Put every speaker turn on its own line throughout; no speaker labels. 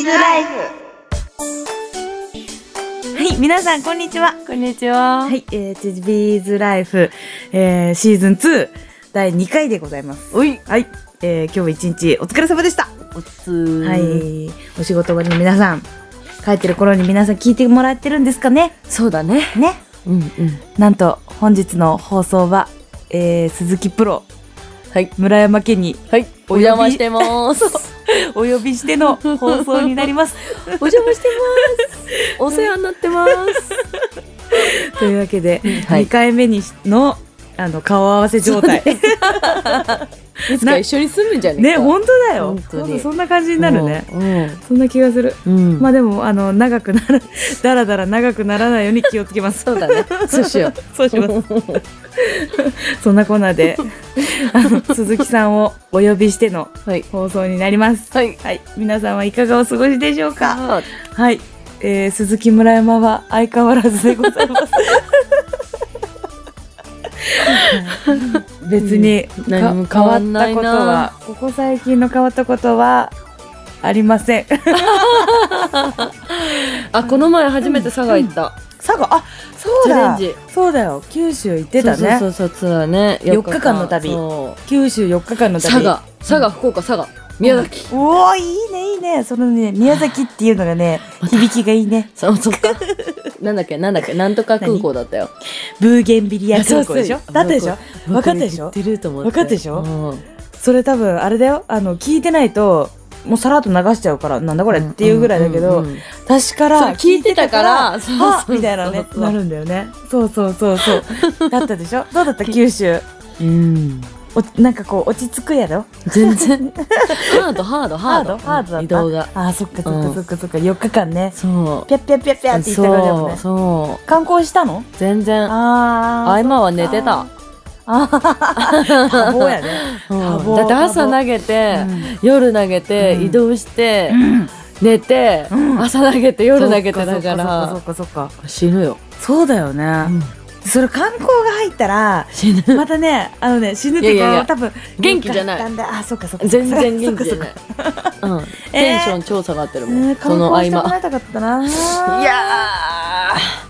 ズライフ。
はい、皆さん、こんにちは。
こんにちは。
はい、えー、チビーズライフ、えー、シーズン2、第2回でございます。
おい、
はい、えー、今日も一日お疲れ様でした。
おつ
は。い、お仕事終わりの皆さん、帰ってる頃に皆さん聞いてもらってるんですかね
そうだね。
ね。
うんうん。
なんと、本日の放送は、えー、鈴木プロ、
はい。
村山家に
はい。お邪魔してます。
お呼びしての放送になり ます。
お邪魔してます。お世話になってます。
というわけで、
は
2。回目にしの、あの、顔合わせ状態。
いつか一緒に住むんじゃねえ
ね、
か。
本当だよ。
本当に
ほんとそんな感じになるね。
ね。
そんな気がする。
うん。うん。
まあでもあの長くなら だらだら長くならないように気をつけ ます。
そうだ ね。そうしよう。
そうします。そんなコーナーであの鈴木さんをお呼びしての
はい。
放送になります。
はい。
はい、皆さんはいかがお過ごしでしょうか。
あ
はい、えー、鈴木村山は相変わらずでございます。はい別に
うん何も変わんないな
変わったことはここ最近の変わったことはありません。
あ、この前初めて佐賀行った。
佐賀あそうだ
チャレン
そうだよ九州行ってたね
そうそうそうそうだね。
四日間の旅
そう
九州4日間の旅
佐賀。佐賀、福岡、佐賀。宮崎。
うおーいいねいいねそのね宮崎っていうのがね響きがいいね
そう、そっ か。なんだっけ、なんだっけ、なんとか空港だったよ。
ブーゲンビリア空港でしょ
そうそう
だったでしょ
向こう
分かったでしょ
向こうに行ってると思って
分かったでしょ
うん
それ多分あれだよあの聞いてないともうさらっと流しちゃうからなんだこれっていうぐらいだけど、
うんうんうん
私
そ
か
れ
ら
聞いてたから、
聞いて
そう
たら
そう
あみたいな
そ
ね
うそう
なるんだよ ねそうそうそうそうだったでしょどうだった九州
うん
おなんかこう落ち着くやろ
全 然ハードハードハード
ハードだった
移動が
あーそっかそっ
う
か
ん
そっかそっか4日間ね
そう
ぴゃっぴゃっぴゃっぴゃって言ったぐらいだもん
そ
ね
うそう
観光したの
全然
あ
あ今は寝てた、
あー多忙 やね。
うん
多忙
だって朝
多忙
投げて、
うん
夜投げて、
うん
移動して、寝て、朝投げて夜投げてだか
そっ
ら
かそっかそっかそっか
死ぬよ、
そうだよね。それ観光が入ったら、
死ぬ
またね、あのね、死ぬって
いやいやいや
こう多分
元気じゃない
だんだんあ、そっかそっか。
全然元気じゃ
そっ
ない
か、
うん、テンション超下がってるもん、
そっかそっかね
その合
観光してもら
間
いたかったな。
いや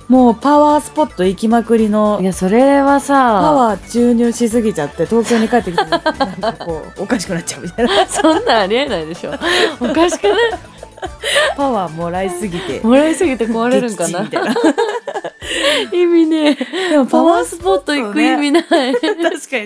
もうパワースポット行きまくり
ーい
の。
やそれはさ
パワー注入しすぎちゃって東京に帰ってきてなんかこうおかしくなっちゃうみたいな
そんなんありえないでしょ。おかしくない
パワーもらいすぎて
もらいすぎて壊れるんかな
激地みたいな
意味ね
でも
パワースポット行く意味ない。
確かに確か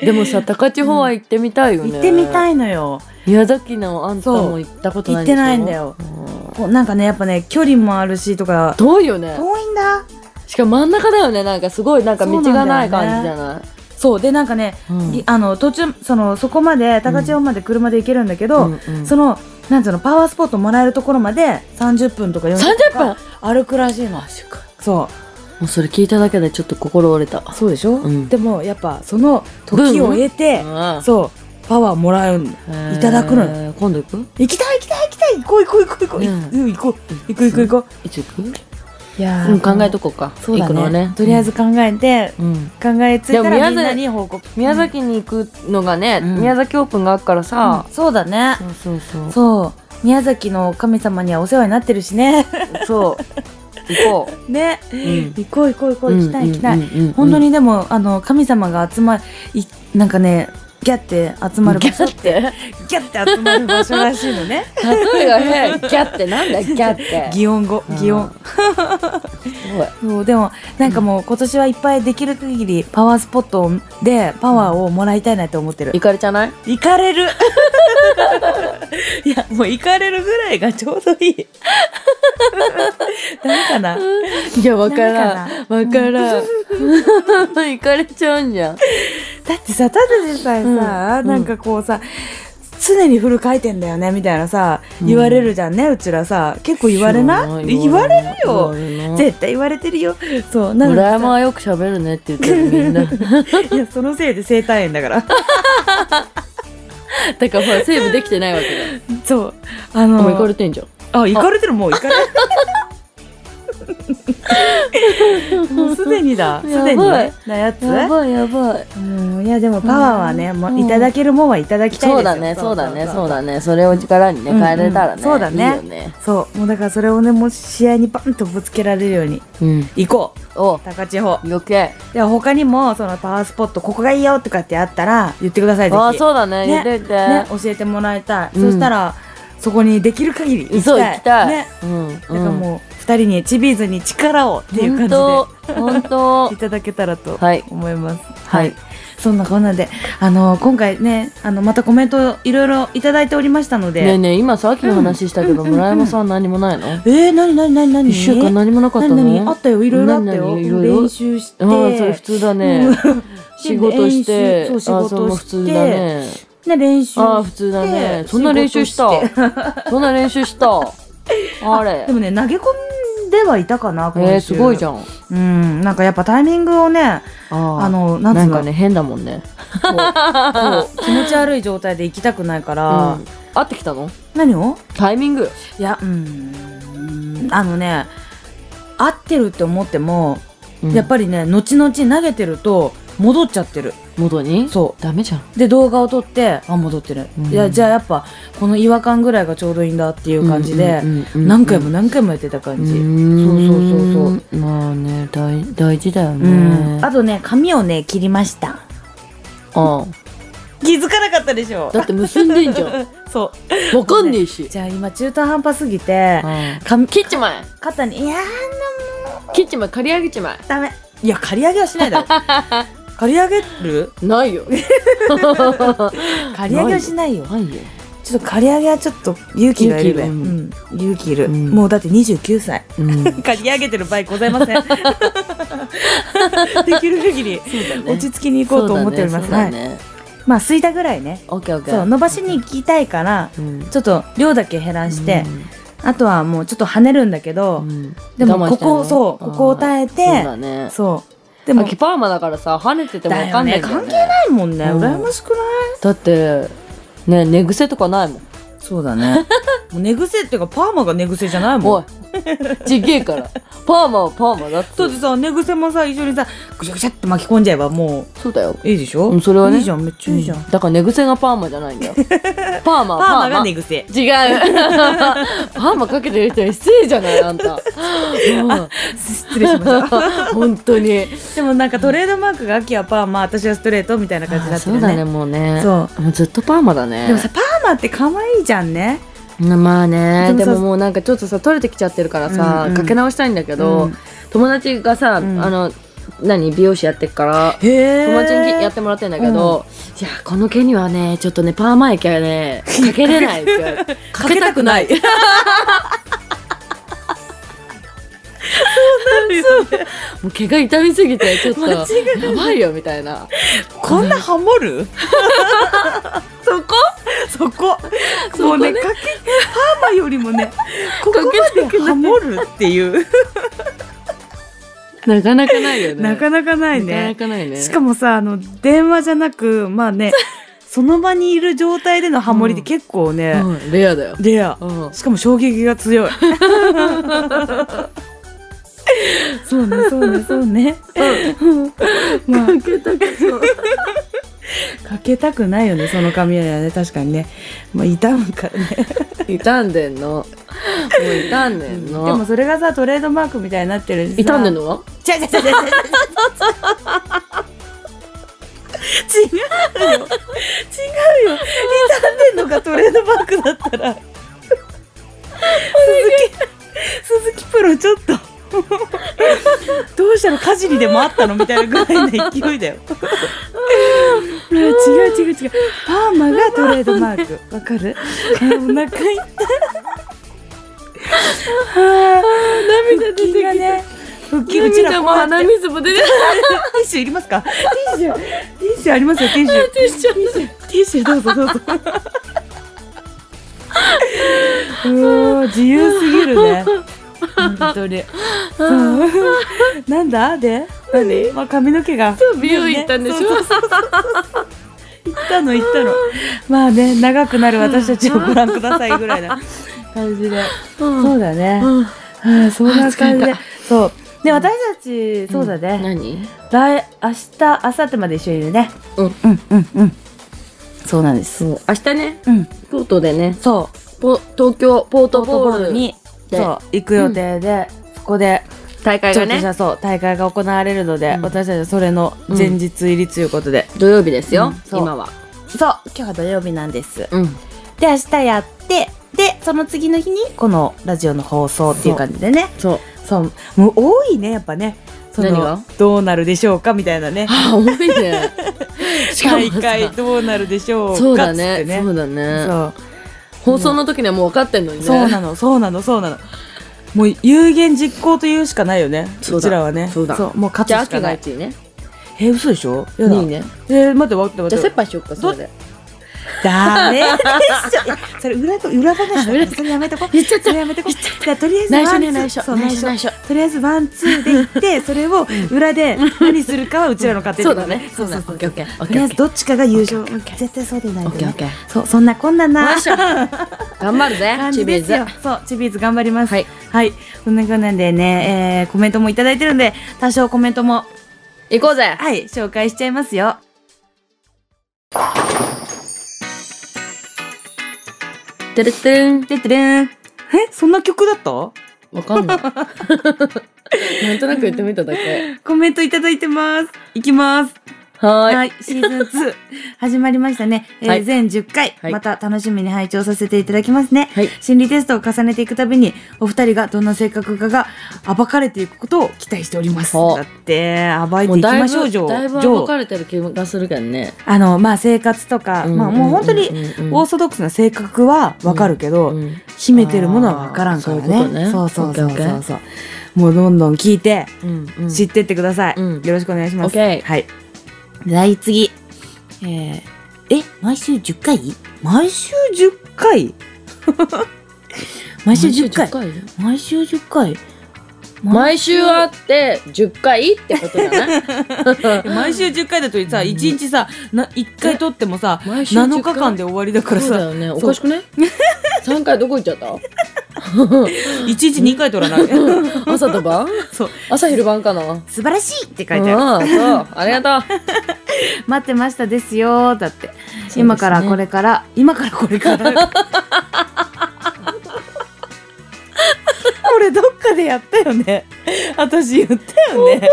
に
でもさ、高千穂は行ってみたいよね。
行ってみた
い。
いのよ
宮崎のあんたも行ったことないでしょ
そう行ってないんだよ。
うん
こうなんかねやっぱね距離もあるしとか
遠いよね。
遠いんだ
しかも真ん中だよね。なんかすごいなんか道がない感じじゃない。
そうでなんかね、
うん
いあの途中そのそこまで高千穂まで車で行けるんだけど、
うんうん
そのなんつうのパワースポットもらえるところまで30分とか40分
30
とか
分
歩くらしいのそ
もうそれ聞いただけでちょっと心折れた。
うそうでしょ、
うん
でもやっぱその時を得て、
うん
そうパワーもらえるの
えー
いただくのよ
今度行く
行きたい行きたい行きたい行こう行こう行こう行こう、
ね
うん行こう行こう行こう行こ
いつ行く
ういやー
うん、考えとこうか。
そう
行
だ
くのは
ね
ね。
とりあえず考えて、
うん。
考えついた
でも宮
らみ
崎
んなに報告
宮崎に行くのがね、
うん
宮崎オープンがあるからさ、
そうだね
そうそうそう
そう宮崎の神様にはお世話になってるしね
そう行こ
ね、
ん
行こう行こう行こ
う
う行きたい行きた
う
い、
んうんうんうん
本当にでもあの神様が集まいなんかねギャって集まる
ギ
場
ャ
所
って
ギャって集まる場所らしいの ね
例えが変ギャってなんだギャって
擬音語
うん
擬音、
すごい
そうでもなんかもう今年はいっぱいできる限りパワースポットをでパワーをもらいたいなって思ってる
行かれちゃない
行かれるいやもう行かれるぐらいがちょうど いいダメかない
やわ
からん
わからん 行かれちゃうんじゃん
だってさただでさえさ、
うん
なんかこうさ常にフル回転だよねみたいなさ
うん
言われるじゃんね、うちらさ結構言われない言われるよ
絶
絶対言われてるよそうな
対
の
村
に
山
さ
はよく喋るねって言ってるみん な
いやそのせいで生体炎だから
だからほらセーブできてないわけだよ
そうあの
もう行かれてんじゃん
あ行かれてるもう行かれ もうすでにだ。す
やばい
でにねなやつ
やばいやばい
うんいやでもパワーはね、
うん
も
うん
ういただけるもんはいただきたいですよ
そうだねそうだねそうだねそれを力にね
うんうん
変えれたらね
そうだね
いいよね
そうもうだからそれをねもう試合にバンとぶつけられるように
うん
行こう
お
高千穂
余計
では他にもそのパワースポットここがいいよとかってあったら言ってくださいぜひ
あそうだね言
ね
っといて
ね、教えてもらいたい、
うん
そしたらそこにできる限り行き
そう
たい
行きたい
ね、
うんうん
だからもう二人にチビーズに力をっていう感じで
本 当
いただけたらと
はい
思います
はい
そんなこんなであの今回ねあのまたコメントいろいろいただいておりましたので、
ねえねえ今さっきの話したけど
うんうんうんうん
村山さん何もないの
えー、なになになになに
一週間何もなかったの
何何あったよいろいろあったよ
何何いろいろ
練習して
ああそれ普通だね
うん
仕事して
練習そう
あそれも普通だね
ね練習
ああ普通だねそんな練習した
仕事し
そんな練習したあれ
でもね投げ込んではいたかな
え
今週
ーすごいじゃん
うんなんかやっぱタイミングをね
あ
あ
の
のなんつ
な
うんの
かね変だもんね
こうこう気持ち悪い状態で行きたくないか
う
ら、
ん会ってきたの
何を
タイミング
いやうんあのね合ってるって思っても、
うん
やっぱりね後々投げてると戻っちゃってる
元に
そ
ダメじゃん
うで動画を撮ってあ戻ってる、
うん
いやじゃあやっぱこの違和感ぐらいがちょうどいいんだっていう感じで、何回も何回もやってた感じ、
うん
そうそう
そうそうまあね大大事だよ
う
ね
んあとね髪をね切りました
うん
気づかなかったでしょ
だって結んでんじゃ ん
そ
わかんねえし
うじゃあ今中途半端すぎて
うん
髪
切っちまえ
肩にいやー
切っちまえ刈り上げちま
ダメいや刈り上げはし ないだろ刈り上げる
え ないよ
刈り上げはしないよ
ないよ
ちょっと刈り上げはちょっと勇気がいるべ
勇
うん勇気いる、
うん
もうだって29歳
うん
刈り上げてる場合ございませ んできる限り落ち着きに行こうと思っております、
そうだね
はい、
そうだね
まあすいたぐらいね
オッケーオッケー
そう伸ばしに行きたいから
うん
ちょっと量だけ減らして、あとはもうちょっと跳ねるんだけど、
うん
でも
我慢
こ
してんの
こそうここを耐えて
あーそうだね
そうで
で
も
も秋パーマだからさ跳ねててもわかんないんだよね
だよね関係ないもんね、
うん
羨ましくない
だってね寝癖とかないもん
そうだねもう寝癖っていうかパーマが寝癖じゃないも
おい
ん
ちげえから パーマはパーマだって
だってさ寝癖もさ一緒にさぐちゃぐちゃって巻き込んじゃえばも
そうだよ
ういいでしょ、
うんそれはね
いいじゃんめっちゃいいじゃん、
だから寝癖がパーマじゃないん だよパーマは
パーマが
違
寝癖
うパーマかけてる人に失礼じゃないあん た、
失礼しました
うん、本当に
でもなんかトレードマークが秋はパーマ私はストレートみたいな感じに
あ
なって
そう
る
だ
ね
ねもうね
そう
もうずっとパーマだね
でもさパーマって可愛いじゃんね
うんまあねで
でもさ
ももうなんかちょっとさ取れてきちゃってるからさ、
うんうん
かけ直したいんだけど、
うん
友達がさ、
うん
あの何美容師やってっから
へえ
友達にやってもらってんだけど、いやこの毛にはねちょっとねパーマ液はねかけれないって言われて
かけたくないそうなんですよ
もう毛が痛みすぎてちょっと
間
や
違い
ばいよみたいな
こんなハモるそこそこ
そこね
もうねかけパーマよりも ねここまでハモるっていう
なかなかないよね
なかなかないね
なかなかないね
しかもさあの電話じゃなくま あねその場にいる状態でのハモリって結構ね、
うん、レアだよ、
レア
うん、
しかも衝撃が 強いそうねそうねそ うね、まあ
けたけど
かけたくないよねその髪はね確かにね、まあ、痛むからね
傷んでんのもう傷んでん
で
の
もそれがさトレードマークみたいになってる
傷んでん
の
のは
違う違う違う違う違う違う違うよ違うよ傷んでんのがトレードマークだったら鈴木鈴木プロちょっとどうしたの火事にでもあったのみたいなぐらいの勢いだよいや違う違う違うパーマがトレードマークわかるあお腹痛 いあー
涙出てきた
腹筋がね腹筋うちら
涙
こ
も
うやって
鼻水も出てる
ティッシュいりますかティッシュティッシュありますよティッシュ
ティッシュ
ティッシュどうぞどうぞうわー自由すぎるね本当にそうなんだで何まあ髪の毛が
そう美容院行ったんでしょ
ねそうそうそうそう行ったの行ったのまあね長くなる私たちをご覧くださいぐらいな感じで
うん
そうだね
うん
ああそんな感じ
あ疲れ
で
た
そうで私たち、そうだ
ん
ね
何
来明日明後日まで一緒にいるね
うん
うんうんうんそうなんです
そう明日ね
うん
京都でね
そう
ポ東京ポート
ポート
ボ
ボ
ー
ー
ル
ル
に
にそう行く予定で、そこで
大会
ちょ
が
っとし
ね
たそう大会が行われるので、
うん
私たちはそれの前日入りということで、
土曜日です
う
よ
んそう
今は
そう今日は土曜日なんです
うん
で明日やってでその次の日にこのラジオの放送っていう感じでね
そう
そうもう多いねやっぱねそ
何が
のどうなるでしょうかみたいなね
あ多 いね しかも
大
さ
会どうなるでしょうか
そうだ
っつ
ね
って
そうだね
そう
放送の時にはもう分かってんのにね
そうなのそうなのそうなのもう有言実行というしかないよね
そうだ
うちらはね
そうだ
もう勝
じゃあ秋
つしか
が
ない
1位ね
え嘘でしょやだ
2位ね
えー待って待って
じ
待
ゃあ
っ
切
て
羽しよっかそれで
ダメでしょいや それ裏と裏話だからそれやめとこ
言っちゃっ
それやめとこじゃあとりあえず
内緒ね
ワン
内
ツー
緒
そう
内緒
内
内
緒
緒
とりあえずワンツーで行 ってそれを裏で何するかはうちらの家
そ
庭
うだね
そうそうそ
オ
う
ッケーオッケーオッ
と
ケ
り
ーオ
あえ
ッ
ず
ケー
どっちかが優勝
オッケーオッケー
絶対そうでない
オ
と
ッケーオ
ね
ッケー
そうそんなこんなな
よ いしょ頑張るぜ
感
チ
じ
ビ
で
ー
す
ズ
よそうチビーズ頑張ります
はい
はいそんなこんなんでねえーコメントもいただいてるんで多少コメントも
行こうぜ
はい、紹介しちゃいますよ。
てるてん
てってれん。え、そんな曲だった
わかんない なんとなく言ってみただけ
コメントいただいてます。いきます。
は
はい、
ーい
シーズン2 始まりましたね。えー
はい
全10回、
はい
また楽しみに拝聴させていただきますね。
はい
心理テストを重ねていくたびに、お二人がどんな性格かが暴かれていくことを期待しております。
ほう
だって、暴い
も
て
う
いき
だい
ましょう、
ぶ
ジョー。
だいぶ
ジョー
分かれてる気がするけどね
あの、まあ、生活とか、まあ、もう本当に、オー
ス
ソドックスな性格はわかるけど、秘めてるものは分からんからね。
あーそういうことね
そうそうそう
オッケー
そ
オ
う
ッ
そう。もうどんどん聞いて、知
知
っ
って
ってください。
うん
よろしくお願いします。
オッケー
はい。はい、次。えーえ、毎週10回毎週10回 毎週10回毎週10回
毎週あって10回ってことだ ね
毎週10回だとさ、
うん
一1日さ、な1回撮ってもさ、
毎週
7日間で終わりだから
そうだ
さ、
よねおかしく ね三回どこ行っちゃった
1日2回撮らない。
朝と晩
そう。
朝昼晩かな
素晴らしいって書いてある。
うん そうありがとう
待ってましたですよだって、
すね
今からこれから今からこれから これどっかでやったよね私言ったよね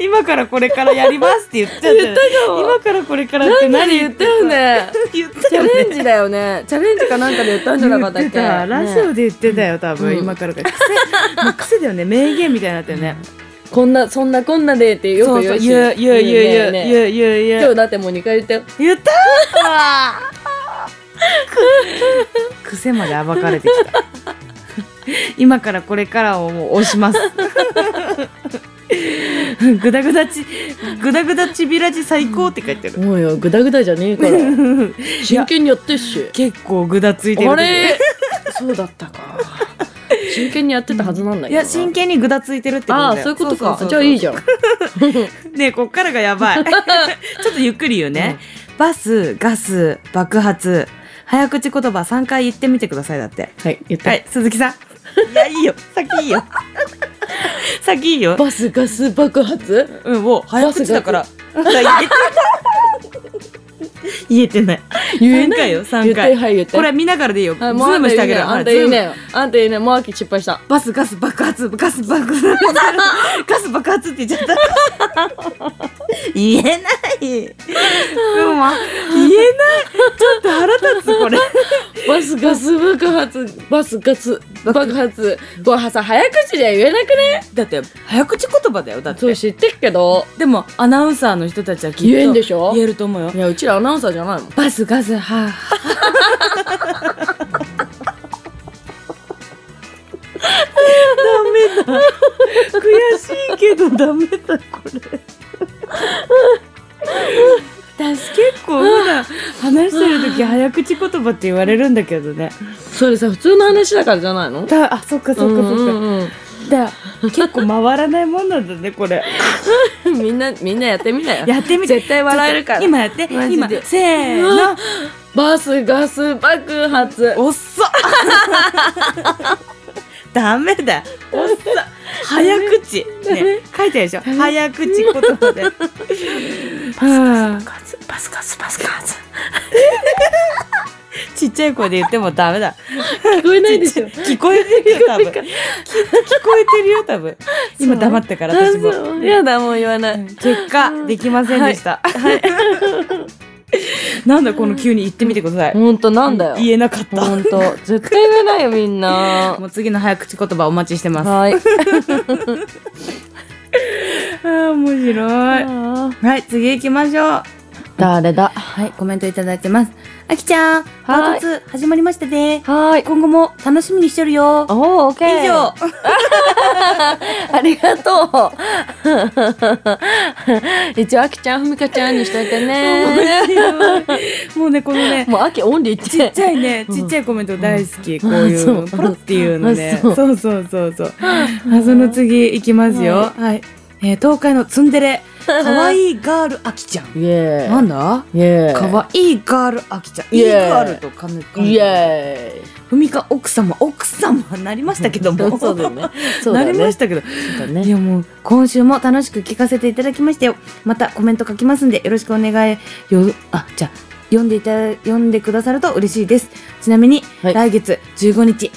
今からこれからやりますって言っちゃったよね今からこれからって
何
何
言ったよね
言った
チャ
よね
レンジだよねチャレンジかなんかで言ったんじゃなかったっ
言
け
ってたラジ
ね
オで言ってたよ多分、
うん
今からから癖もう癖だよね名言みたいになったよね、
こんなそんなこんなでってよ
そ
く
うそ
言
う
うし
言う言う言う言う
ね
言う言う言う
今日だってもう2回言ったよ
言ったく癖まで暴かれてきた今からこれからをもう押しますグダグダちグダグダちびらじ最高って書いてる
もうよグダグダじゃねえから 真剣にやってっし
結構グダついてる
あれそうだったか真剣にやってたはずなんだ
い
けど
や真剣にグダついてるってことだよ
ああそういうことか
そうそうそう
じゃあいいじゃん
ねえこっからが やばいちょっとゆっくり言うね、バスガス爆発早口言葉3回言ってみてくださいだって
はい言った、
はい、鈴木さん。いや、いいよ。先い いよ。先いいよ。
バスガス爆発
うん、もう早口だから。 言えてない。
言え
3
な
回
い
よ、3
言って
回。
はい言って
これ見ながらでいいよ。ズ
はいもうあ
ー
ん
ム
た
し
言
て
う
あ
ねあん
げる。
た
ほら
言う
ズーム
ねあんた言うねもう秋失敗した
バスガス爆発ガス爆発 ガス爆発って言っちゃった言えないうんま言えないちょっと腹立つこれ
バスガス爆発バスガス爆発これさ早口じゃ言えなくね
だって早口言葉だよだっ
そう
て
知ってっけど
でもアナウンサーの人たちはきっと
言えんでしょ
言えると思うよ
いやうちらアナウンサーじゃないもん
バスガスはあはあダメだ 悔しいけどダメだこれ私結構普段話してる時早口言葉って言われるんだけどね
それさ普通の話だからじゃないの
だあそっかそっかそっか、
うんうん
だ結構回らないもんなんだねこれ
うんみんなみんなやってみなよ
やってみて
絶対笑えるから
ちょっと今やって
マジで
今せーの
バスガス爆発
おっそダメだおっそ早口、
ダメ
ね、書いてあるでしょ
ダメ
早口言葉で
は
カツパスカスパスカツちっちゃい声で言ってもダメだ
あ、聞こえないでしょ。
聞こえてるよ多 分き聞こえてるよ多分 今黙ったから私
あそ
も
うやだ、もう言わな
う
い。
ん結果できませんでした、 なんだこの急に言ってみてください、
ほんと、なんだよ。
言えなかった
ほんと。絶対言えないよ、みんな
も。う次の早口言葉お待ちしてます。あ
はい。
あ、面白い。
あー
はい、次行きましょう。
誰だ
はい、コメントいただいてます。あきちゃん、パート2始まりましたね。
はーい。
今後も楽しみにしてるよ。
おー、オッケ
以
ー。
上。
ありがとう。 一応、あきちゃん、ふみかちゃんにしといて ね。
もうね、このね、
もう、あきオンリーっ。
ちってちゃいね、
うん
ちっちゃいコメント大好き、こういうの
あそう
ポロっていうのね
あ
そ
そう
そうそうそうあその次いきますよは、
はい
えー東海のツン デレ可愛いガールあきちゃん
イエ
な
ー
んだ
イ。イエーイ。
可愛いガールあきちゃんい
イエ
い
ーイ
ガールとかね
イエ
ふみか奥様奥様なりましたけど
ー
も
イ。そうだよ ね。そうだ
な
よ
り
ね。
ましたけど、
そうだ
い
ね。
やもう今週も楽しく聞かせていただきましたよまたコメント書きますんでよろしくお願いよあじゃあ読んでいた読んでくださると嬉しいですちなみに、
はい
来月15日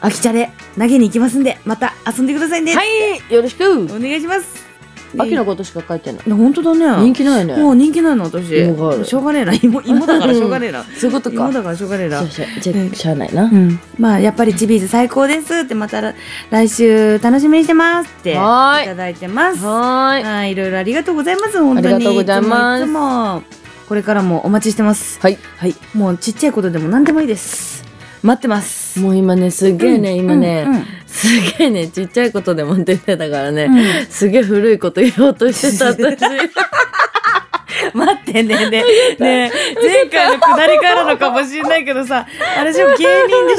秋チャレ投げに行きますんでまた遊んでくださいね、
はい。よろし
お
く。
願いします
秋の
子
ことしか書いてない。
本当だね
人気ないね。
もう人気ないの私
芋がある
しょうがねえな芋芋だからしょうがねえな
そういうこと
芋
か。
だからしょうがねえな
じゃあしゃ、じゃあ、しゃあないな。
うん、まあやっぱりチビーズ最高ですってまた来週楽しみにしてますってい
はーい
ただいてますは
はい
いろいろありがとうございます本当に
ありがとうございます
つもいつもこれからもお待ちしてます
はい。
はいもうちっちゃいことでも何でもいいです待ってます
もう今ね、すげえね、今
うんう
ね、
ん
すげえね、ちっちゃいことでも出てたから
う
ね、
ん
すげえ古いこと言おうとしてた私。
待ってねねね前回の下りからのかもしれないけどさあれでしょ芸人でし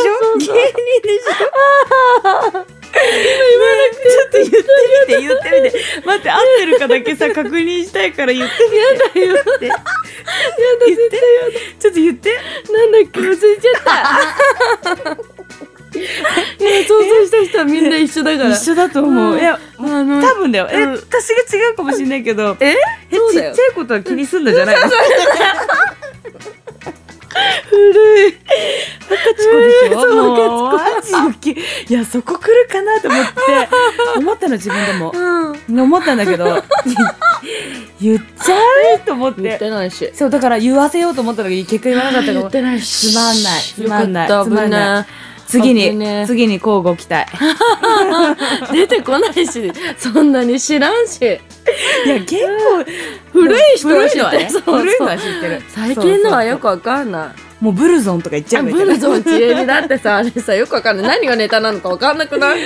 ょ芸人でしょ今言わなくて、ちょっと言ってみて言ってみて待って合ってるかだけさ確認したいから言ってみてやだよってやだ絶対やだちょっと言って
なんだっけ忘れちゃった。いや、想像した人はみんな一緒だから。
一緒だと思う、
うん
いや
あの、
多分だよ、え
うん
私が違うかもしれないけど
え
え
そう
ち
だ
っ
よ
ち。ゃいことは気にすんだじゃないの
古い。
赤チコでしょ、
えーそう
もうマジでいやそこ来るかなと思って思ったの自分でも
うん。
思ったんだけど 言っちゃうと思っ
言っててないし。
そうだから言わせようと思ったのに結果言わなかったか
言
も
ってないし。
つまんないつまんない
よかった
つまんない次に、
危ねえ
次に交互 期待
危ない出てこないし、そんなに知らんし。
いや結構
古い人は
古
知
いの
っ
は
て
ね
る。そうそう
古いのは知って る
最近のはよ
く
くわかんない。
もうブルゾンとか言っちゃ
あ
う
ブ
みたいな
ルゾン知恵にだってさ、あれさ、よくわか んない。何がネタなのかわかんなくない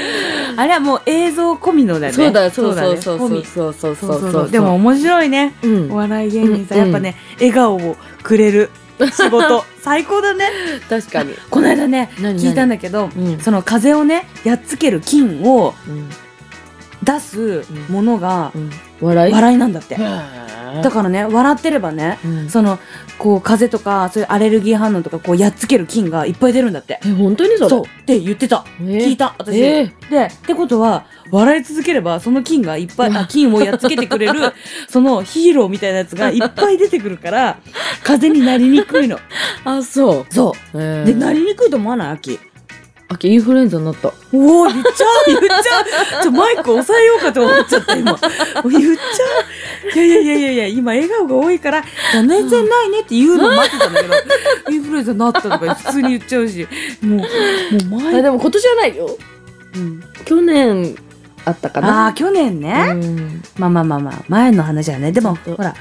あれはもう映像込みのだよね
そうだ、そうそう
ね
そう
込
そう
み
そうそう
そうそう
そ。
そううでも、面白いね
う
お
ん、
笑い芸人さん
うん
やっぱね笑顔をくれ る仕事最高だね
確かに。
この間ね
何
聞いたんだけど
うん
その風邪をねやっつける菌を
うん
出すものが
うん笑い
笑いなんだって
だ
だからね笑ってればね
うん
そのこう風邪とかそういうアレルギー反応とかこうやっつける菌がいっぱい出るんだって
え、本当にそれ
そうって言ってた
えー
聞いた私で
え
ってことは笑い続ければその菌がいっ ぱいあ菌をやっつけてくれるそのヒーローみたいなやつがいっぱい出てくるから風邪になりにくい の
ーあ、そう。
そ
え
う
ー
でなりにくいと思わない秋
あきインフルエンザになった。
おお言っちゃう言っちゃうちょ マイク押さえようかと思っちゃった今もう言っちゃういやいやいやいやいや今笑顔が多いから「全然ないね」って言うの待ってたんだけ どインフルエンザになったとか普通に言っちゃうしもうもうマ
あ、
イク、
でも今年はないよ。
うん、
去年あったか
あ
な。
あ去年ね、
うん
まあまあまあまあ前の話はねでも
そう
ほら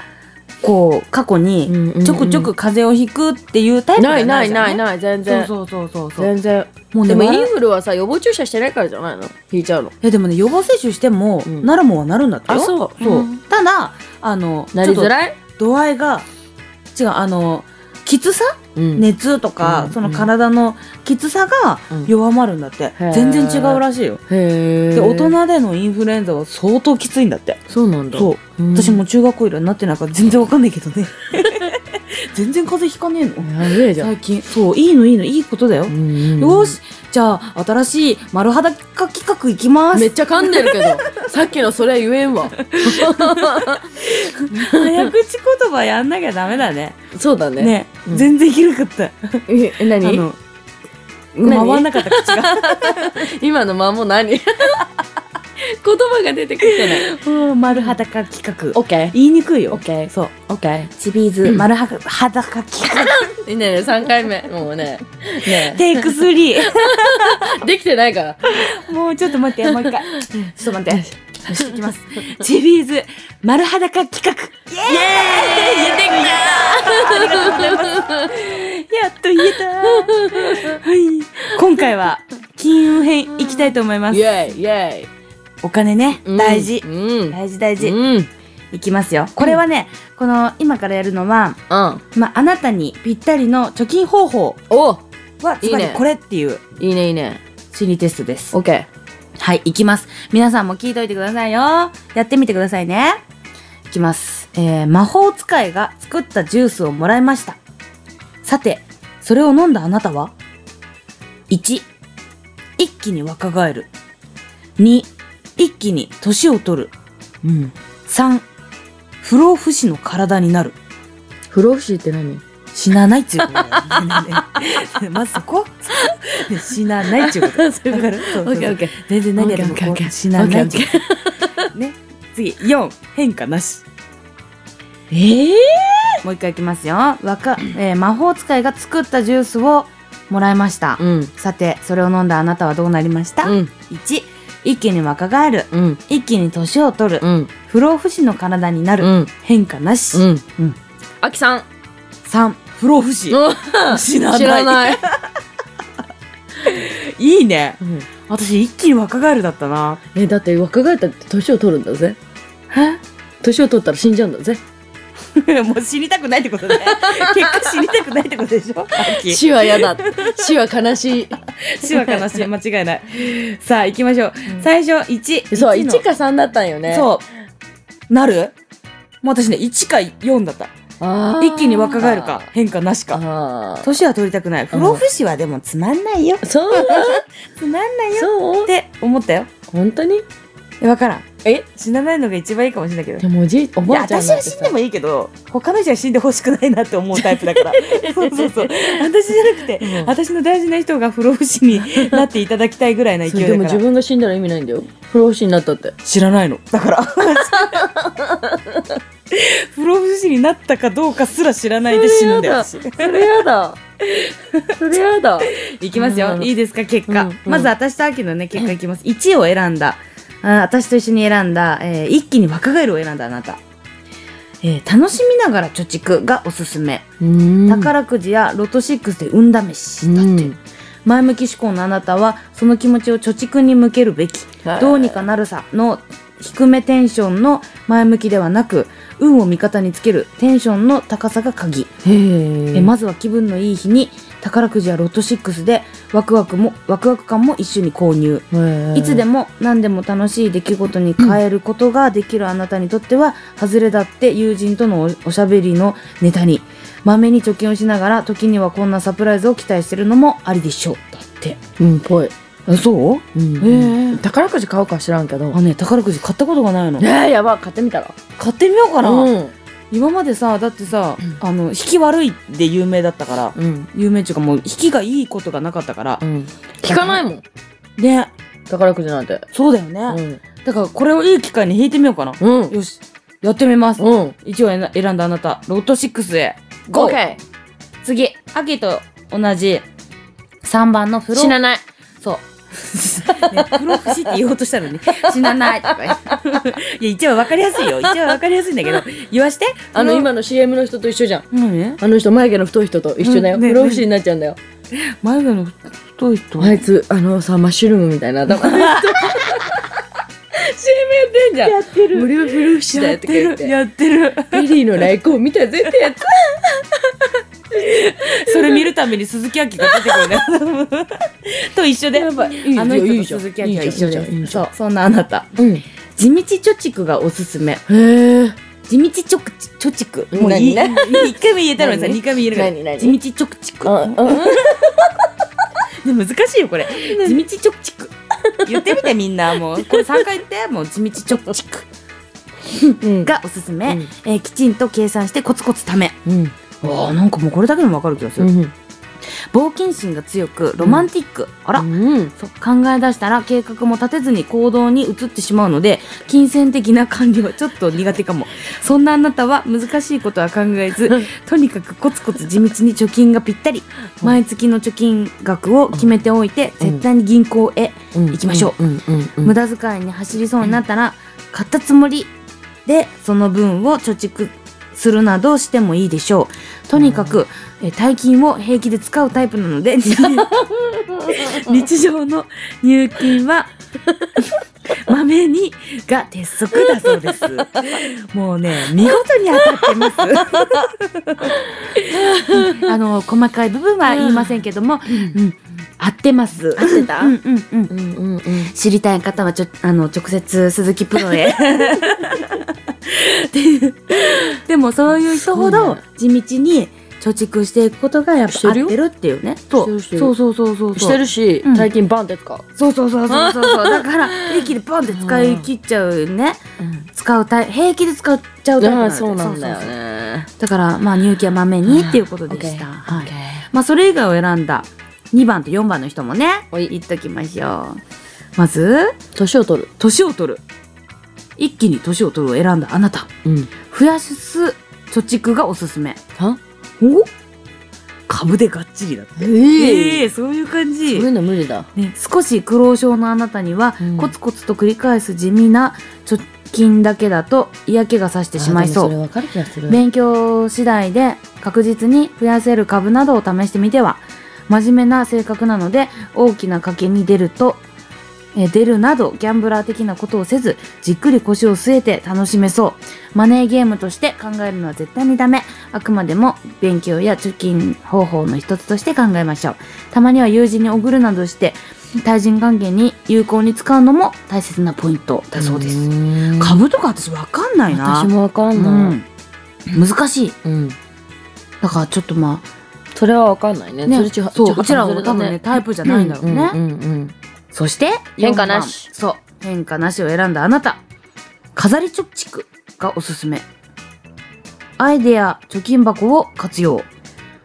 こう過去
う
に
んうんうん
ちょくちょく風邪をひくっていうタイプじゃ
ない
な
ないい
じゃん
ないない、全然。
そうそうそうそうそう
全然。
もう
で
ね
もイン
い
フルはさ、予防注射してないからじゃないの引いちゃうの。
やでもね予防接種しても、
うん
なるもんはなるんだってよ
そう
そう
うん
ただあの
なりづらい
ちょっと度合いが違うあのきつさ
ね。
熱とか、
うん
その体のきつさが
うん
弱まるんだって、
ー
全然違うらしいよ
へえ。
で大人でのインフルエンザは相当きついんだって
そうなんだ。
そう
うん
私もう中学校以来になってないから全然わかんないけど ね全然風邪ひかねえの
やべえじゃん。
最近そういいのいいのいいことだよ、
うんうんうん
よーしじゃあ新しい丸裸企画いきま
め
す
っちゃ噛んでるけど さっきのそれは言えんわ
早口言葉やんなきゃダメだね
そうだね
ね、
うん
全然広かった
え何
あの
何
回んなかった口が
今の間も何 言葉が出てきてない
うん丸裸企画
OK
言いにくいよ
OK
そう
OK
シリーズ丸裸企 画
いいね3回目もうねね
テイク3
できてないから
もうちょっと待って、もう一回。ちょっと 待って。よし、いきます。 チビーズ、丸裸企画。イエーイやったやっと言えたはい。今回は、金運編いきたいと思いま
イ
す。
ェイイェイ
お金ね、
うん
大事
う。ん
大事大
う
事。
んうん
いきますよ。これはね、この、今からやるのは、まあ、あなたにぴったりの貯金方法
お
は、つまりこれっていう
いいねいいね
心理テストです。
OK
はい、いきます。皆さんも聞いといてくださいよ。やってみてくださいね。いきます。えー、魔法使いが作ったジュースをもらいました。さて、それを飲んだあなたは ?1、一気に若返る。2、一気に年を取る。
うん
3、不老不死の体になる。
不老不死って何
死なないっちゅうことだよねまずそこ、ね死なないっちゅうこと。
そういう
わ
こと
かるそうそうそう
OK
全然何やっても
OK
こ
OK
う死なないっ
OK
ちゅうこと。ね。次、4、変化なし。
ええ
もう一回いきますよ。わか、えー魔法使いが作ったジュースをもらいました。
うん
さて、それを飲んだあなたはどうなりました、
うん
?1、一気に若返る。
うん
一気に年を取る。
うん
不老不死の体になる。
うん
変化なし。
うん
うん
あきさん
3、不老不死。死なない。
知らない
いいね。私、一気に若返るだったな。
えだって若返ったって年を取るんだぜ
え
年を取ったら死んじゃうんだぜ
もう死にたくないって ことね。結果死にたくないってことでしょ秋。
死は嫌だ死は悲し
死は悲しい。間違いない。さあ、行きましょう。最初、1。
いそう
一の
1か3だったんよね
そう。なるもう私ね、1か4だった。
あー
一気に若返るか、変化なしか。
あー
年は取りたくない。不老不死はでもつまんないよ。
そう
つまんないよ。
そ
っ
う
て思ったよ。
本当に
え、わからん。
え
死なないのが一番いいかもしれないけど。
でもおじいお
いや
ばあちゃん
私は死んでもいいけど他の人は死んでほしく ないなって思うタイプだからそうそうそう私じゃなくて、
うん
私の大事な人が不老不死になっていただきたいぐらいの
そ
勢
う
い
でも
だか
自
ら
分が死んだら意味ないんだよ不老不死になったって
知らないのだから 不老不死になったかどうかすら知らないで死ぬんだよ私
それやだそれやだ
いきます
なる
よ
ほど
いいですか結果、
うんうん
まず私と秋のね結果いきます1を選んだあ私と一緒に選んだ、えー一気に若返るを選んだあなた、えー楽しみながら貯蓄がおすすめ宝くじやロト6で運試しだって、
うん
前向き志向のあなたはその気持ちを貯蓄に向けるべきどうにかなるさの低めテンションの前向きではなく運を味方につけるテンションの高さが鍵、
へえ
えまずは気分のいい日に宝くじやロト6でワクワクもワクワク感も一緒に購入いつで
も
も何でも楽しい出来事に変えることができるあなたにとっては、外れだって友人とのおおしゃべりのネタに、まめに貯金をしながら、時にはこんなサプライズを期待してるのもありでしょう。だって。
うんぽい
あそう
うん宝くじ買うか知らんけど
あね、宝くじ買ったことがないの
え。ーやば買ってみたら
買ってみようかな。
うん
今までさ、だってさ、あの、引き悪いで有名だったから、
うん
有名っていうかもう引きがいいことがなかったから。
聞かないもん
ね、
宝くじなんて
そうだよね。だからこれをいい機会に引いてみようかな。
うんうん
よし、やってみます。
うん
一応選んだあなた、ロト6へ。
オ
ゴ
ッケ
ー次、秋と同じ3番のフ
ー
ロ
死なない
そう。ね、不老不死って言おうとしたのに、 死なないとか言っていや、一応わかりやすいよ。一応わかりやすいんだけど、言わして。
あの
不老。
今の CM の人と一緒じゃん
何
あの人眉毛の太い人と一緒だよ、
うんね
不老不死になっちゃうんだよ
眉毛の太い人。
あいつあのさマッシュルームみた いな頭 CM やってんじゃん
って
俺は不老不死だ
や
よ
っ
とか言って
る。やってる。
ペリーの来航見たら絶対やっ
それ見るために鈴木秋が出てくるね。 と一緒で。
やばいいい
あの人
いい
と
じゃん
鈴木秋が一緒
いいじゃんいい
で。
じゃ
そ
ん
う。そんなあなた。
たうんへ
地道貯蓄がおすすめ。
え
地道ちょくち貯蓄もういい一
何
回目言えたのにさ
何
二回目言えるから
何何
地道ちょくちく
ああ
ね難しいよこれ
地道チョクチク。
言ってみてみんなも うこれ3回言ってもう地道チョッチク
うん
がおすすめ、
うん
えーきちんと計算してコツコツため
うん。
わあなんかもうこれだけでもわかる気がする、
ん。
冒険心が強くロマンティック、あら、
うん。
そう考え出したら計画も立てずに行動に移ってしまうので金銭的な管理はちょっと苦手かもそんなあなたは難しいことは考 えずとにかくコツコツ地道に貯金がぴったり
うん
毎月の貯金額を決めておいて
うん
絶対に銀行へ
行
行きましょ
う。うん。うん。うん
無駄遣いに走りそうになったら買ったつもりでその分を貯蓄するなどしてもいいでしょうとにかく、えー大金を平気で使うタイプなの で日常の入金は まめにが鉄則だそうですもうね見事に当たってます うんあの細かい部分は言いませんけども、うん、合ってます
合ってた
うんうんう
う
ん
ん。うん。うん。
知りたい方はちょあの直接鈴木プロへっていうでもそういう人ほど地道に貯蓄していくことがやっぱ合ってるっていうねそう
してるしてる
そうそうそうそう
してるし
うん、
大金バンってやつか。
そうそうそうそう そうそうだから平気でポンって使い切っちゃうね使うタイ平気で使っちゃうタイプ
あ
なの
あ、そうなんだよ
そうそう
ね。
そうだからまあ入気はまめにっていうことでした、は
オ
い
ッケー
まあそれ以外を選んだ2番と4番の人もね
おい
言っときましょうまず
年を取る。
年を取る一気に年を取るを選んだあなた
うん。
増やす貯蓄がおすすめ
は
お株でがっちりだ
え
え
え。
えそういう感
そう
じ
いうの無理だ。
ね、少し苦労症のあなたには、
うん
コツコツと繰り返す地味な貯金だけだと嫌気がさしてしまい
あ
そ
ーで
う
もそれ分かる気がする。
勉強次第で確実に増やせる株などを試してみては真面目な性格なので大きな賭けに出るとえー出るなどギャンブラー的なことをせずじっくり腰を据えて楽しめそうマネーゲームとして考えるのは絶対にダメあくまでも勉強や貯金方法の一つとして考えましょうたまには友人におぐるなどして対人関係に有効に使うのも大切なポイントだそうです
ーん
株とか私わかんないな
私も分かんない。
うん、難しい
うん。
だからちょっとま
それは分かんないね。
あね
それち
そううちらは多分ね
ね
タイプじゃないんだろうね、
うんうんうん
そして
変化なし
4番そう変化なしを選んだあなた飾り貯蓄がおすすめアイデア貯金箱を活用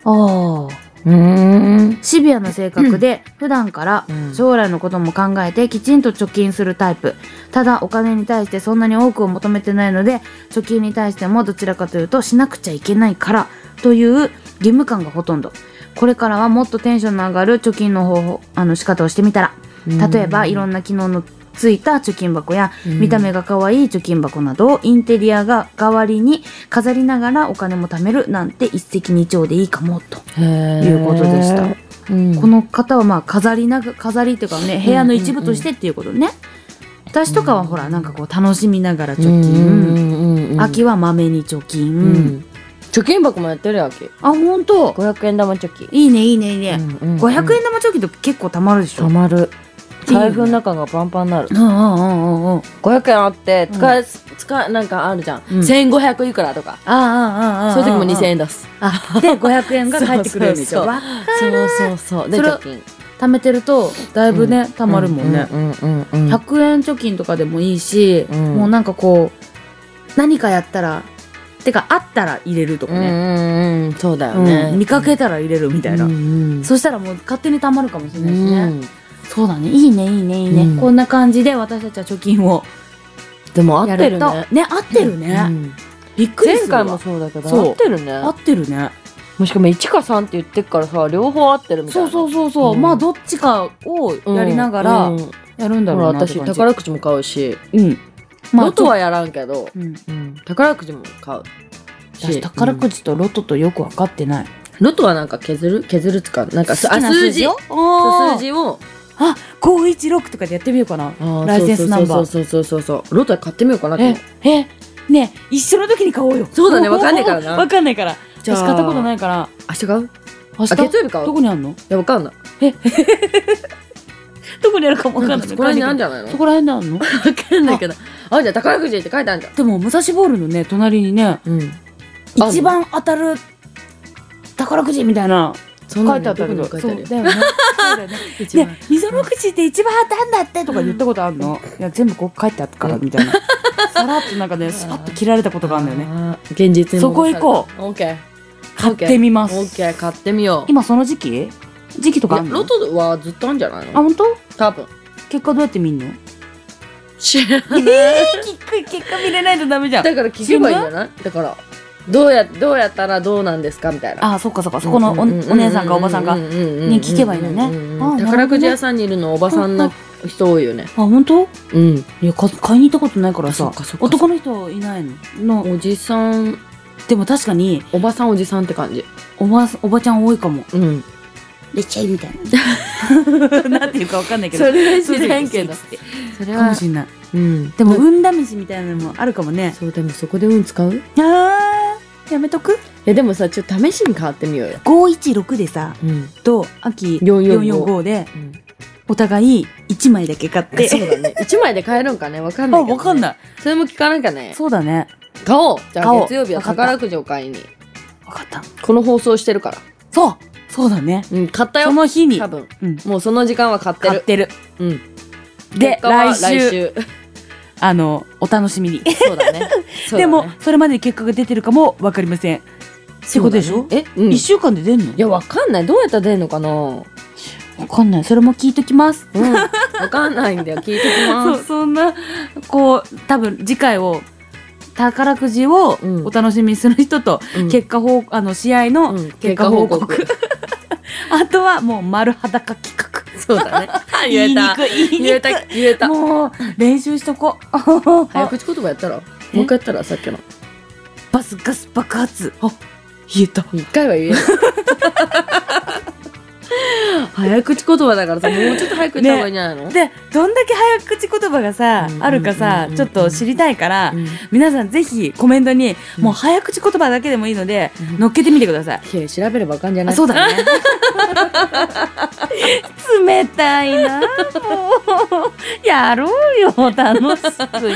ああ
うん。うーん。
シビアな性格で普段から
うん
将来のことも考えてきちんと貯金するタイプただお金に対してそんなに多くを求めてないので貯金に対してもどちらかというとしなくちゃいけないからという義務感がほとんどこれからはもっとテンションの上がる貯金の方法あの仕方をしてみたら例えばいろんな機能のついた貯金箱や
うん
見た目が可愛い貯金箱などをインテリアが代わりに飾りながらお金も貯めるなんて一石二鳥でいいかもと
とい
いうことでした。
うん
この方はまあ飾りなが飾りっていうかね部屋の一部とし
う
てっていうことね、私とかはほらなんかこう楽しみながら貯
うんう
金、
んうん
秋はまめに貯金、
うん貯金箱もやってるやき
あ本当
500円玉貯金
いいねいいねいいね、
うんうんうん
500円玉貯金って結構たまるでしょ、
たまる
いいよね
財布の中がパンパンになる
うんうんうんうんうん
500円あって使え使えなんかあるじゃん
うん
1500いくらとか
ああああああ
そういう時も2000円出す
あで500円が返ってくるんでし
そうそうそ
ょ
う
わ
そうそうそうで
それ
貯金
貯めてるとだいぶね、たまるもんね、
うんうんうんうん
100円貯金とかでもいいし、
うん
もうなんかこう何かやったらてかあったら入れるとか
うんう
ね、
んうんそうだよ
う
ね
ん見かけたら入れるみたいな、
うんうん
そしたらもう勝手に貯まるかもしれないしね、
うん
そうだねいいねいいねいいね、
うん
こんな感じで私たちは貯金を
でも合
や
って
る
る
と
ね
合ってるね、
うん
びっくりす
前
るわ
回もそうだけど
そう
合ってるね
合ってるね
もしかも1か3って言ってっからさ両方合ってるみたい
そ
な
うそうそうそ
う
う、
ん
まあどっちかをやりながら
うんうん
やるんだ
ほら
ろうなって
私
感じ、
宝くじも買うし
うん
ロトはやらんけど
うん
宝くじも買う
私
し
宝
う
くじとロトとよく分かってない、
んロトはなんか削る削るつかなんか
好き
す
な
あ数字
よ
そう
あ
数字を
あ516とかでやってみようかなライセンスナンバー
そうそうそうそうそうロトは買ってみようかなと思
え
う
えねえ一緒の時に買おうよ
そうだねわかんないからな
分かんないから
じゃあ
私買ったことないから
明日買う
明
あ
日
月曜日買う
ど
い
こにあるの
やわかんない
どこにあるかもわか
なんんか
ない
そこら辺にあんじゃないの
そこら辺にあるの
わかんないけどあじゃあ宝くじって書いてあるじゃん
でも武蔵ボールのね隣にね
うんあんの
一番当たる宝くじみたいなそんなの
書いてあったけど
どこに書いてあるよ そうだよね
一番
ね、溝の口って一番当たんだってとか言ったことあるの、いや全部こう書いてあったから みたいなさらっとなんかねスパッと切られたことがあるんだよね
あー現実に
そこ行こ
うオッケー
買ってみます
オッケー買ってみよう
今その時期時期とかあ
い
る
や
の
ロトはずっとあるんじゃない
あ
の
本当
多分
結果どうやって見ん の
知らん
えー、き結果見れないとダメじゃん
だから聞けばいいんじゃないだからどうやどうやったらどうなんですかみたいな
あそっかそっかそこのお,、お姉さんかおばさんがあ
に
聞けばいいのねあー
宝くじ屋さんにいるのおばさんの人多いよね
本当
うん
いやか買いに行ったことないからさ
っかそっか
男の人いないのの
おじさん
でも確かに
おばさんおじさんって感じ
おばおばちゃん多いかも
うん
レチェみたい ななんていうかわかんないけど
れそれ
かも
は
しれない
うん
でも運試しみたいなのもあるかもね
そうでもそこで運使うい
あーやめとく
やでもさちょっと試しに変わってみようよ
516でさ
うん
と秋
445
445でお互い1枚だけ買っ
で
て
そうだね1枚で買えるんかねわかん な
あ
いけど
わ
ね
かんない
それも聞かなきゃね
そうだね
買おうじゃ
買お
あ
う
月曜日は
わかった
宝くじを買いに
わかった
この放送してるから
そうそうだね
うん買ったよ
その日に
多分、
うん
もうその時間は買って
買っ
る
てる
うん
で
結果は
来週 あのお楽しみに、
そうだねそうだね
でもそれまでに結果が出てるかもわかりません、ってことでしょ
そうだねえ、うん、
一
い
週間で出んの
やわかんないどうやったら出るのかなうん
わかんないそれも聞いときます
わかんないんだよ聞いてき
そ
ま
う
す
そんなこう多分次回を宝くじを
うん
お楽しみにする人と、
うん
結果報あの試合の
うん
結果報告,、
結
あとはもう丸裸企画
そうだね 言え
言いに
た
くい言いに
言え
くい
た言えた
もう練習しとこう
早口言葉やったらもう一回やったらさっきの
バスガス爆発あ言えた
一回は言えない 早口言葉だからさもうちょっと早く言った方がいいんじゃないの、
でどんだけ早口言葉がさ、
うん
あるかさ、
うん
ちょっと知りたいから、
うん
皆さんぜひコメントに、
うん
もう早口言葉だけでもいいので、
うん
乗っけてみてください。
いや調べればわかんじゃな
あ
い
そうだね。 冷たいなもうやろうよ楽しくやろ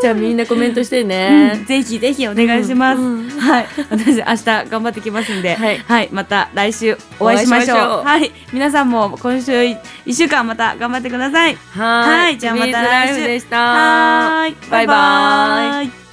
じゃあみんなコメントして
う、
ね
うん。ぜひぜひお願いします。
うん
はい、私明日頑張ってきますんで、
はい
また来週お会いしましょう。
お会いしましょう
はい、皆さんも今週い一週間また頑張ってください。
は
は
ー
い
い。
じゃあま
ビ
た来週
ーズライフでした。
はーい、バイバ
バイ
ーイ。